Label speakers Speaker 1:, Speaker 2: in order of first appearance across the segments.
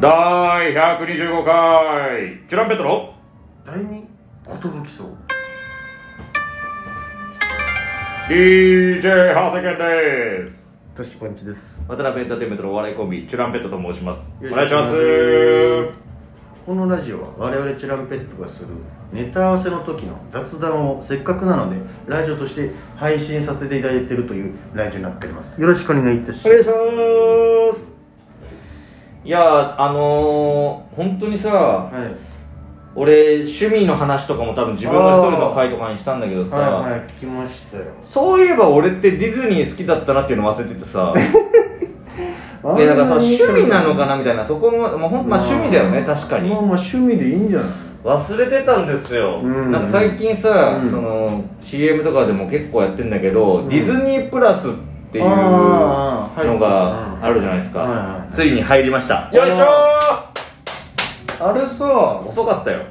Speaker 1: 第125回チュランペットの
Speaker 2: 第二寿きそう。
Speaker 1: DJ 長谷健です
Speaker 2: トシパンチです。
Speaker 1: 渡辺エンターテインメントのお笑いコンビチュランペットと申します
Speaker 2: よ
Speaker 1: お
Speaker 2: ろ
Speaker 1: 願い
Speaker 2: し
Speaker 1: し
Speaker 2: くお願
Speaker 1: ま
Speaker 2: いします
Speaker 1: す
Speaker 2: このラジオは我々チュランペットがするネタ合わせの時の雑談をせっかくなのでラジオとして配信させていただいているというラジオになっております。よろしくお願いいたします。
Speaker 1: いしますいやあのー、本当にさ
Speaker 2: はい。
Speaker 1: 俺趣味の話とかも多分自分の一人の回とかにしたんだけどさ、
Speaker 2: はいはい聞きましたよ。
Speaker 1: そういえば俺ってディズニー好きだったなっていうの忘れてて さでなんかさ趣味なのかなみたいなそこも、まあほんまあ、趣味だよね確かに
Speaker 2: まあまあ趣味でいいんじゃない。
Speaker 1: 忘れてたんですよ、
Speaker 2: うん
Speaker 1: なんか最近さ、
Speaker 2: うん
Speaker 1: その CM とかでも結構やってんだけど、
Speaker 2: うん
Speaker 1: ディズニープラスっていうの
Speaker 2: あーはい
Speaker 1: があるじゃないですか、
Speaker 2: はいはいはい
Speaker 1: ついに入りました
Speaker 2: よいしょー
Speaker 1: あ
Speaker 2: あれさ
Speaker 1: ー、遅かったよ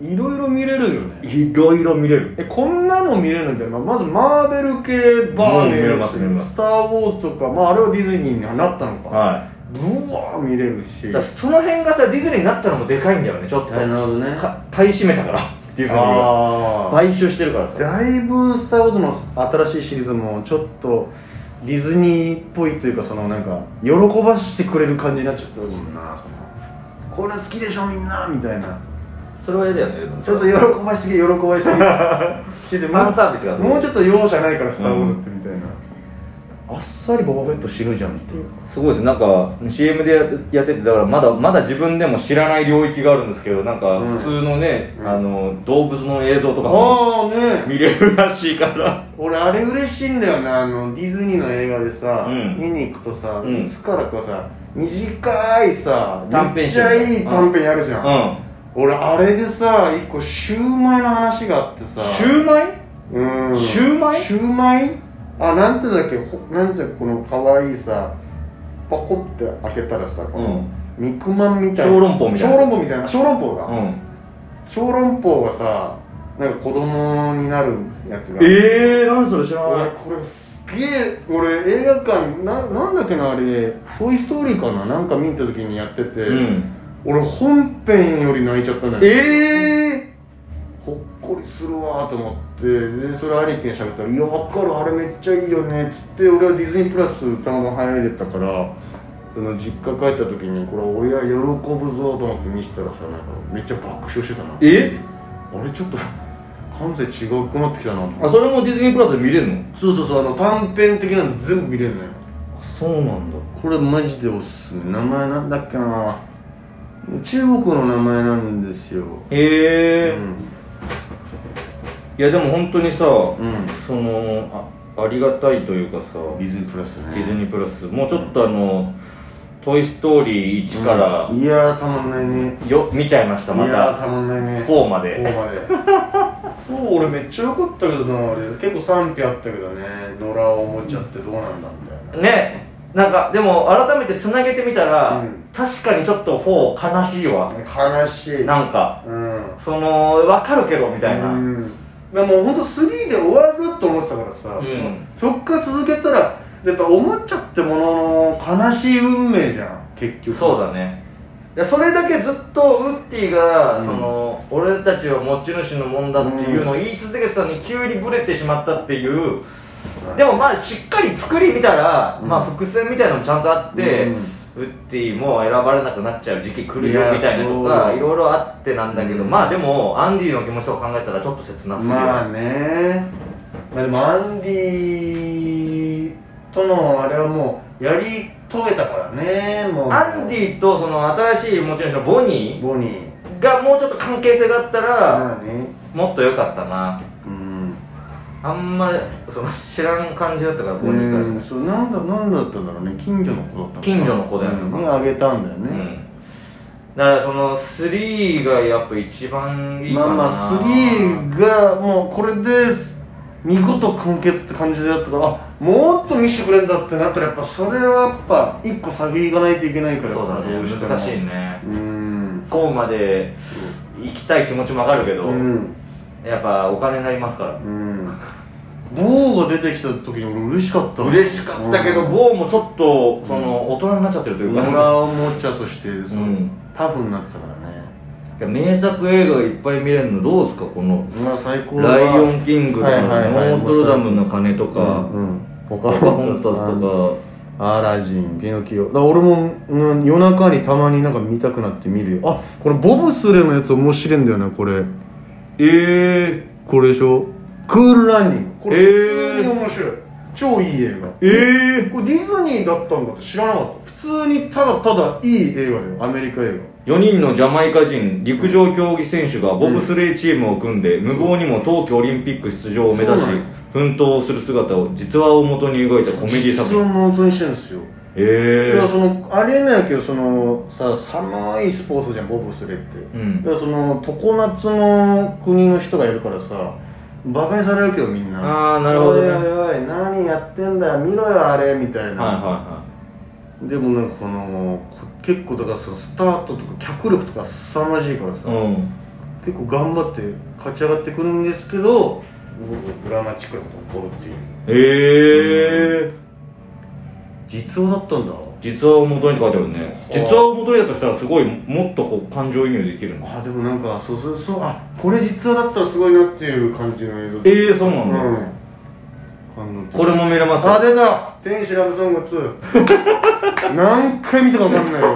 Speaker 2: いろいろ見れるよね。
Speaker 1: いろいろ見れる
Speaker 2: えこんなの見れるんだよ、まあ、まずマーベル系バー
Speaker 1: うん見
Speaker 2: レ
Speaker 1: れ
Speaker 2: ル
Speaker 1: ます見れます
Speaker 2: スター・ウォーズとか、まあ、あれはディズニーになったのか、
Speaker 1: は
Speaker 2: うわー見れるし
Speaker 1: いだからその辺がさディズニーになったのもでかいんだよねちょっと
Speaker 2: なるほどね
Speaker 1: か買い占めたからディズニーが
Speaker 2: ああ
Speaker 1: 買収してるからさ
Speaker 2: だいぶ「スター・ウォーズ」の新しいシリーズもちょっとディズニーっぽいというかそのなんか喜ばしてくれる感じになっちゃってるもんなそのこれ好きでしょみんなみたいな
Speaker 1: それは嫌だよね
Speaker 2: ちょっと喜ばしすぎ喜ばしすぎ 先生
Speaker 1: ファンサービスがすごい
Speaker 2: もうちょっと容赦ないから「スター・ウォーズ」ってみたいな、あっさりボバフェット死ぬじゃんっていう
Speaker 1: すごいですなんか CM でやっててだからまだまだ自分でも知らない領域があるんですけどなんか
Speaker 2: うん
Speaker 1: 普通のね、
Speaker 2: うん
Speaker 1: あの動物の映像とかも
Speaker 2: ああね
Speaker 1: 見れるらしいから
Speaker 2: 俺あれ嬉しいんだよなあのディズニーの映画でさ、
Speaker 1: うん
Speaker 2: 見に行くとさ、
Speaker 1: うん
Speaker 2: いつからかさ短いさ
Speaker 1: 短編
Speaker 2: めっ
Speaker 1: 集
Speaker 2: ちゃいい短編やるじ
Speaker 1: う
Speaker 2: ゃん、
Speaker 1: ん
Speaker 2: 俺あれでさ一個シューマイの話があってさ
Speaker 1: シューマイ
Speaker 2: うん
Speaker 1: シューマイ
Speaker 2: シューマイあなんてだっけほなんていうのこの可愛いさパコって開けたらさこの、肉まんみたいな
Speaker 1: 小籠包みたいな
Speaker 2: 小籠包みたいな小籠包だ、
Speaker 1: うん
Speaker 2: 小籠包がさなんか子供になるやつが
Speaker 1: ええー、何それ知ら
Speaker 2: 俺これすっげえ俺映画館ななんだっけなあれ「トイ・ストーリー」かななんか見た時にやってて、
Speaker 1: うん
Speaker 2: 俺本編より泣いちゃったんだよ
Speaker 1: え
Speaker 2: ほっこりするわーと思ってでそれ兄貴に喋ったら「いや分かるあれめっちゃいいよね」っつって俺はディズニープラス歌も入れたからその実家帰った時にこれ親喜ぶぞと思って見せたらさなんかめっちゃ爆笑してたな
Speaker 1: ー、え
Speaker 2: あれちょっと感性違うくなってきたなと思って
Speaker 1: あそれもディズニープラスで見れるの
Speaker 2: そうそうそうあの短編的なの全部見れるのよ
Speaker 1: そうなんだ
Speaker 2: これマジでおすすめ名前なんだっけな中国の名前なんですよ
Speaker 1: え
Speaker 2: う
Speaker 1: えー
Speaker 2: ん
Speaker 1: いやでも本当にさ、
Speaker 2: うん
Speaker 1: そのあありがたいというかさ
Speaker 2: ディズニープラスね
Speaker 1: ディズニープラスもうちょっとあの「トイ・ストーリー1」から
Speaker 2: うんいやーたまんないね
Speaker 1: よ見ちゃいまし
Speaker 2: い
Speaker 1: た
Speaker 2: や
Speaker 1: ま
Speaker 2: ー
Speaker 1: た
Speaker 2: たまんないね
Speaker 1: 4ま
Speaker 2: こ
Speaker 1: で
Speaker 2: までそう俺めっちゃ良かったけどなあれ結構賛否あったけどねドラを思っちゃってどうなんだみたいな
Speaker 1: ねなんかでも改めてつなげてみたら、
Speaker 2: うん
Speaker 1: 確かにちょっと4悲しいわ
Speaker 2: 悲しい
Speaker 1: なんか
Speaker 2: うん
Speaker 1: その分かるけどみたいな、
Speaker 2: うん、だからもう本当3で終わると思ってたからさ、
Speaker 1: うん
Speaker 2: そっから続けたらやっぱ思っちゃってものの悲しい運命じゃん結局
Speaker 1: そうだねいやそれだけずっとウッディが、
Speaker 2: うん
Speaker 1: その俺たちは持ち主のもんだっていうのを言い続けてたのに急にブレてしまったっていう
Speaker 2: うん
Speaker 1: でもまあしっかり作り見たら、
Speaker 2: うん
Speaker 1: まあ伏線みたいなのもちゃんとあって、
Speaker 2: うん
Speaker 1: ウッディも選ばれなくなっちゃう時期来る
Speaker 2: い
Speaker 1: よ
Speaker 2: や
Speaker 1: みたいなとか
Speaker 2: そう
Speaker 1: いろいろあってなんだけど、
Speaker 2: うん
Speaker 1: まあでもアンディの気持ちとか考えたらちょっと切なすぎる、
Speaker 2: まあね、まあ、でもアンディとのあれはもうやり遂げたからねもう
Speaker 1: アンディとその新しい持ち主のボニ
Speaker 2: ボニー
Speaker 1: ーがもうちょっと関係性があったら、
Speaker 2: まあね
Speaker 1: もっと良かったな
Speaker 2: うん
Speaker 1: あんまその知らん感じだったからボニーから
Speaker 2: うんそうなんだなんだったんだろうね近所の子だったのかな
Speaker 1: 近所の子だよね
Speaker 2: うんにあげたんだよね、
Speaker 1: うんだからその3がやっぱ一番いいか
Speaker 2: ま
Speaker 1: な
Speaker 2: あまあ3がもうこれです見事完結って感じだったからあもっと見せてくれんだってなったらやっぱそれはやっぱ一個先行かないといけないから
Speaker 1: そうだね
Speaker 2: どしても
Speaker 1: 難しいね
Speaker 2: うん
Speaker 1: 4まで行きたい気持ちもわかるけど、
Speaker 2: うん
Speaker 1: やっぱお金になりますから
Speaker 2: うん棒が出てきた時に俺嬉しかった
Speaker 1: 嬉しかったけど、
Speaker 2: うん
Speaker 1: ボーもちょっとその大人になっちゃってるという
Speaker 2: 裏
Speaker 1: か、
Speaker 2: おもちゃとして
Speaker 1: う
Speaker 2: その、
Speaker 1: ん、
Speaker 2: タフになってたからね
Speaker 1: いや名作映画がいっぱい見れるのどうですかこの
Speaker 2: うわ最
Speaker 1: 「
Speaker 2: 高
Speaker 1: ライオンキング」と
Speaker 2: は
Speaker 1: か「
Speaker 2: いはいはい
Speaker 1: ノートルダムの鐘」と
Speaker 2: と
Speaker 1: か
Speaker 2: うんうん
Speaker 1: 「
Speaker 2: ポ
Speaker 1: ポカホンタス」と
Speaker 2: アラジンピノキオだから俺も、うん、夜中にたまになんか見たくなって見るよあこれボブスレーのやつ面白いんだよねこれええー、これでしょクールランニングこれ普通に面白い、超いい映画
Speaker 1: えー
Speaker 2: これディズニーだったんだって知らなかった普通にただただいい映画だよアメリカ映
Speaker 1: か4人のジャマイカ人陸上競技選手がボブスレーチームを組んで、無謀にも冬季オリンピック出場を目指し
Speaker 2: そうなんや
Speaker 1: 奮闘する姿を実話をもとに描いた
Speaker 2: 画
Speaker 1: コメディ作
Speaker 2: 実
Speaker 1: 品
Speaker 2: 話も元にしてるんですよ
Speaker 1: え
Speaker 2: だ
Speaker 1: え
Speaker 2: か
Speaker 1: ー
Speaker 2: らそのありえないけどそのさ寒いスポーツじゃんボブスレーって
Speaker 1: うん
Speaker 2: だからその常夏の国の人がいるからさバカにされるけどみんな
Speaker 1: ああなるほどね
Speaker 2: おい
Speaker 1: はいはい
Speaker 2: おいおい何やってんだよ見ろよあれみたいな、
Speaker 1: は
Speaker 2: でもなんかこのこ結構だからそのスタートとか脚力とか凄まじいからさ、
Speaker 1: いうん
Speaker 2: 結構頑張って勝ち上がってくるんですけど僕ドラマチックなことが起こるっていう
Speaker 1: ええー
Speaker 2: 実話だったんだ
Speaker 1: 実話をもとにって書いてあるね
Speaker 2: あー
Speaker 1: 実話をもとにだとしたらすごいもっとこう感情移入できるの
Speaker 2: あでもなんかそうそうそうあこれ実話だったらすごいなっていう感じの映像
Speaker 1: ええー、そうなんだ、
Speaker 2: うん感動的
Speaker 1: これも見れます
Speaker 2: あ出た天使ラブソング2 何回見たか分かんないよ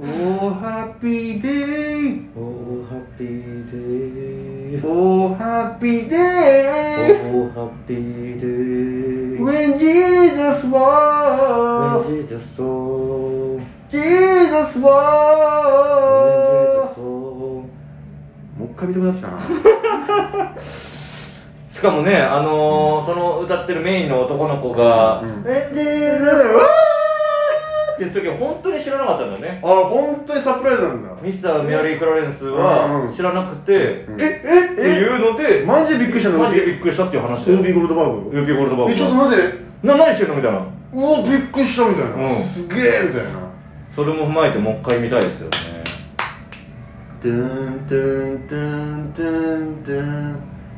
Speaker 2: おハッピーデイ
Speaker 1: おハッピーデー
Speaker 2: おハッピーデイ
Speaker 1: おハッピーデー
Speaker 2: When Jesus was
Speaker 1: When Jesus saw
Speaker 2: Jesus was も
Speaker 1: saw
Speaker 2: う一回見たくなってきたな
Speaker 1: しかもね、あのー、その歌ってるメインの男の子が「
Speaker 2: うん
Speaker 1: When Jesus was」って言う時は本当に知らなかったんだよね
Speaker 2: あ本当にサプライズなんだ
Speaker 1: ミスターメアリー・クラレンス
Speaker 2: うん
Speaker 1: は
Speaker 2: うん
Speaker 1: 知らなくて「
Speaker 2: うん
Speaker 1: ええっ?」ていうので
Speaker 2: マジでびっくりしたんだ
Speaker 1: マジでびっくりしたっていう話だ
Speaker 2: ウ
Speaker 1: よ
Speaker 2: ービーゴールドバー
Speaker 1: ウ
Speaker 2: グ
Speaker 1: ービーゴールドバーグ
Speaker 2: えちょっと待って
Speaker 1: な何してんのみたいな
Speaker 2: うわびっくりしたみたいな、
Speaker 1: うん
Speaker 2: すげえみたいな
Speaker 1: それも踏まえてもう一回見たいですよね
Speaker 2: トゥントゥントゥントゥントゥン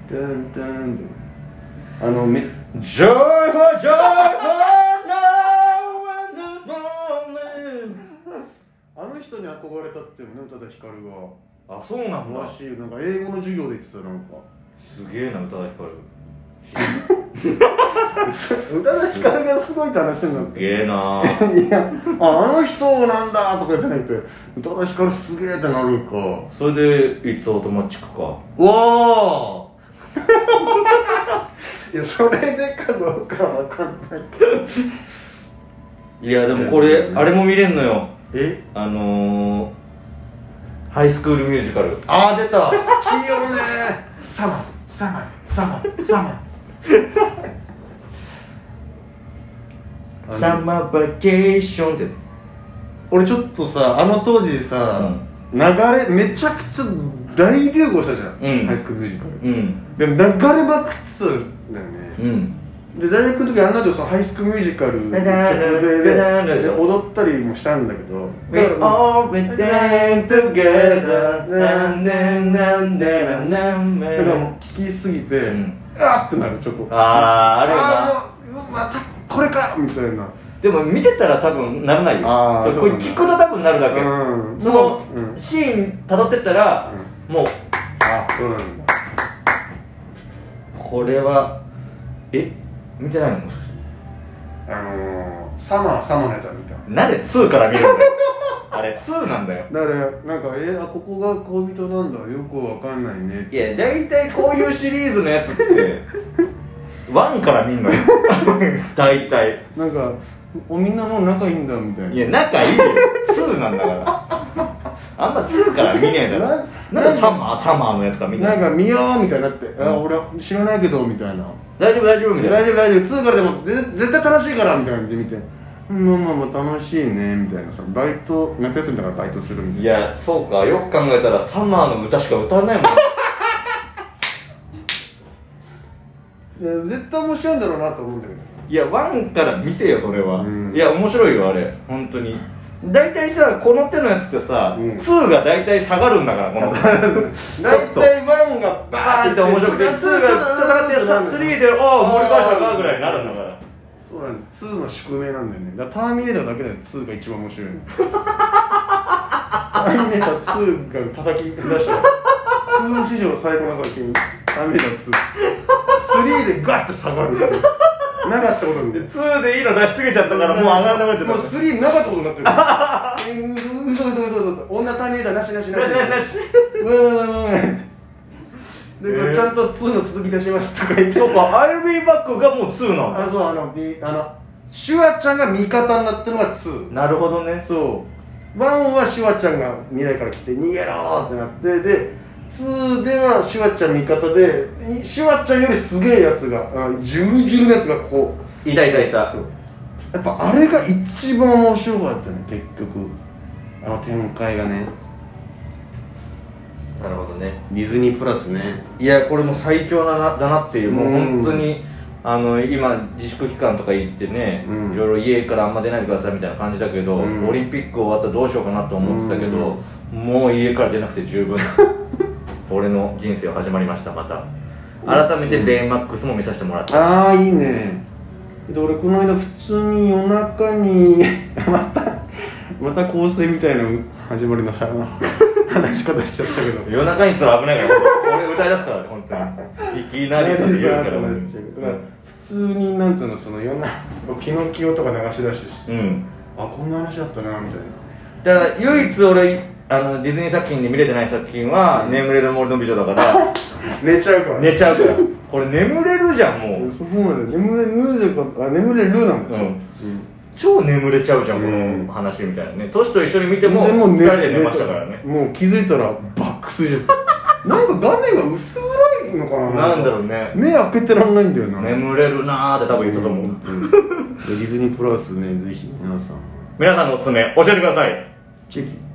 Speaker 2: トゥントゥンあのめ
Speaker 1: ジョイフォジョイフォ
Speaker 2: あの人に憧れたっていうのね宇多田ヒカルが
Speaker 1: あそうなんだ
Speaker 2: らしいなんか英語の授業で言ってたなんか
Speaker 1: すげえな歌田ヒカル
Speaker 2: 宇多田ヒカルがすごいって話になっ
Speaker 1: す
Speaker 2: て
Speaker 1: げえな
Speaker 2: いやああの人なんだとかじゃなくて宇多田ヒカルすげえってなるか
Speaker 1: それで「いつオートマチック」か
Speaker 2: わあ いやそれでかどうかわかんないけど
Speaker 1: いやでもこれ
Speaker 2: うん
Speaker 1: あれも見れんのよ
Speaker 2: え
Speaker 1: あのー、ハイスクールミュージカル
Speaker 2: あー出た好きよねサマサマサマサマ
Speaker 1: 「サマーバケーション」です
Speaker 2: 俺ちょっとさあの当時さ、流れめちゃくちゃ大流行したじゃん、
Speaker 1: うん
Speaker 2: ハイスクールミュージカル
Speaker 1: うん
Speaker 2: でも流れまくってたんだよね
Speaker 1: うん
Speaker 2: で大学の時あんな女そのハイスクールミュージカルの曲
Speaker 1: ダダダダ
Speaker 2: ででで踊ったりもしたんだけどだから
Speaker 1: went down together, and then, and then, and then,
Speaker 2: だからもう聴きすぎて、
Speaker 1: ん
Speaker 2: あーってなるちょっと
Speaker 1: あーあるよな
Speaker 2: あーもううんまたこれかみたいな
Speaker 1: でも見てたら多分ならないよ
Speaker 2: あー
Speaker 1: そうこれ
Speaker 2: そうな
Speaker 1: 聞くと
Speaker 2: んだ
Speaker 1: 多分なるだけ、
Speaker 2: うん
Speaker 1: その、
Speaker 2: うん
Speaker 1: シーン辿ってったら、もう
Speaker 2: あそうなんだ
Speaker 1: これはえ見てないのもしかして
Speaker 2: あのー、サマーサマーのやつは見た
Speaker 1: なんで2から見る んだよあれ2なんだよ
Speaker 2: だからなんかえー、あここが恋人なんだよくわかんないね
Speaker 1: いや大体こういうシリーズのやつって1から見ん のよ大体
Speaker 2: なんかおみんなもう仲いいんだみたいない
Speaker 1: や仲いいよ2なんだからあんま2から見ねえだろ
Speaker 2: な
Speaker 1: なんでサマーサマーのやつから見な
Speaker 2: ないん
Speaker 1: の
Speaker 2: か見ようみたいになって、あ
Speaker 1: うん
Speaker 2: 俺知らないけどみたいな
Speaker 1: 大丈夫大丈夫みたいな
Speaker 2: 大丈夫大丈夫2からでもぜ絶対楽しいからみたいな感じで見てうんまあまあまあ楽しいねみたいなさバイト夏休みだからバイトするみたい
Speaker 1: い
Speaker 2: な
Speaker 1: やそうかよく考えたらサマーの歌しか歌わないもん
Speaker 2: いや絶対面白 いんだろうなと思うんだけど
Speaker 1: いやワンから見てよそれは、
Speaker 2: うん
Speaker 1: いや面白いよあれ本当に大体さこの手のやつってさ、
Speaker 2: うん
Speaker 1: 2が大体下がるんだからこの
Speaker 2: 大体ワンが
Speaker 1: バーンって面 白くて2が下がってさ3でおお盛り返したかぐらいになるんだから
Speaker 2: そうなんだ2の宿命なんだよねだからターミネーターだけだよ2が一番面白いのターミネーター2が叩き出した2史上最高の作品ターミネーター23でガッて下がるっていうなかったことに
Speaker 1: で2でいいの出しすぎちゃったからもう上がらなくなっちゃった
Speaker 2: もう3なかったことになってるえー嘘嘘嘘嘘嘘女ターミネーターなしなしな
Speaker 1: な
Speaker 2: し
Speaker 1: しなしなし
Speaker 2: うーんで、
Speaker 1: えー
Speaker 2: ちゃんと2の続き出しますとか言って
Speaker 1: そうか「I'll be back」がもう2な
Speaker 2: あ
Speaker 1: の
Speaker 2: そうあのビあのシュワちゃんが味方になってるのが2
Speaker 1: なるほどね
Speaker 2: そう1はシュワちゃんが未来から来て逃げろーってなってで2ではシュワちゃん味方でシュワちゃんよりすげえやつがあジュルジュルのやつがこう
Speaker 1: いたいたいた
Speaker 2: そうやっぱあれが一番面白かったね結局あの展開がね
Speaker 1: なるほどね
Speaker 2: ディズニープラスね
Speaker 1: いやこれも最強だなだなっていうもう
Speaker 2: うん
Speaker 1: 本当にあの今自粛期間とか行ってね、
Speaker 2: うん
Speaker 1: いろいろ家からあんま出ないでくださいみたいな感じだけど、
Speaker 2: うん
Speaker 1: オリンピック終わったらどうしようかなと思ってたけど、もう家から出なくて十 分俺の人生は始まりましたまた改めてベイマックスも見させてもらった、
Speaker 2: ああいいねで俺この間普通に夜中に またまた構成みたいな始まりのあの話し方しちゃったけど
Speaker 1: 夜中にすら危ないから俺歌い出すからね本当にいきなりさ言うから 俺
Speaker 2: だから普通になんていうのその夜中気の気をとか流し出しして
Speaker 1: うん
Speaker 2: あこんな話だったなみたいな
Speaker 1: だから唯一俺あのディズニー作品で見れてない作品は「眠れる森の美女」だから
Speaker 2: 寝ちゃうから
Speaker 1: 寝ちゃうからこれ眠れるじゃんもう
Speaker 2: そうなんだよ眠れ眠れるかあ眠れるなんだよ、うん
Speaker 1: 超眠れちゃうじゃんこ
Speaker 2: うん
Speaker 1: の話みたいなねトシと一緒に見ても2
Speaker 2: ね
Speaker 1: 人で寝ましたからね
Speaker 2: もう気づいたらバックスじゃんなんか画面が薄暗いのかな
Speaker 1: なんだろうね
Speaker 2: 目開けてらんないんだよ な
Speaker 1: 眠れるなーって多分言ったと思う
Speaker 2: うんディズニープラスねぜひ皆さん
Speaker 1: 皆さんのおすすめ教えてください
Speaker 2: チェキ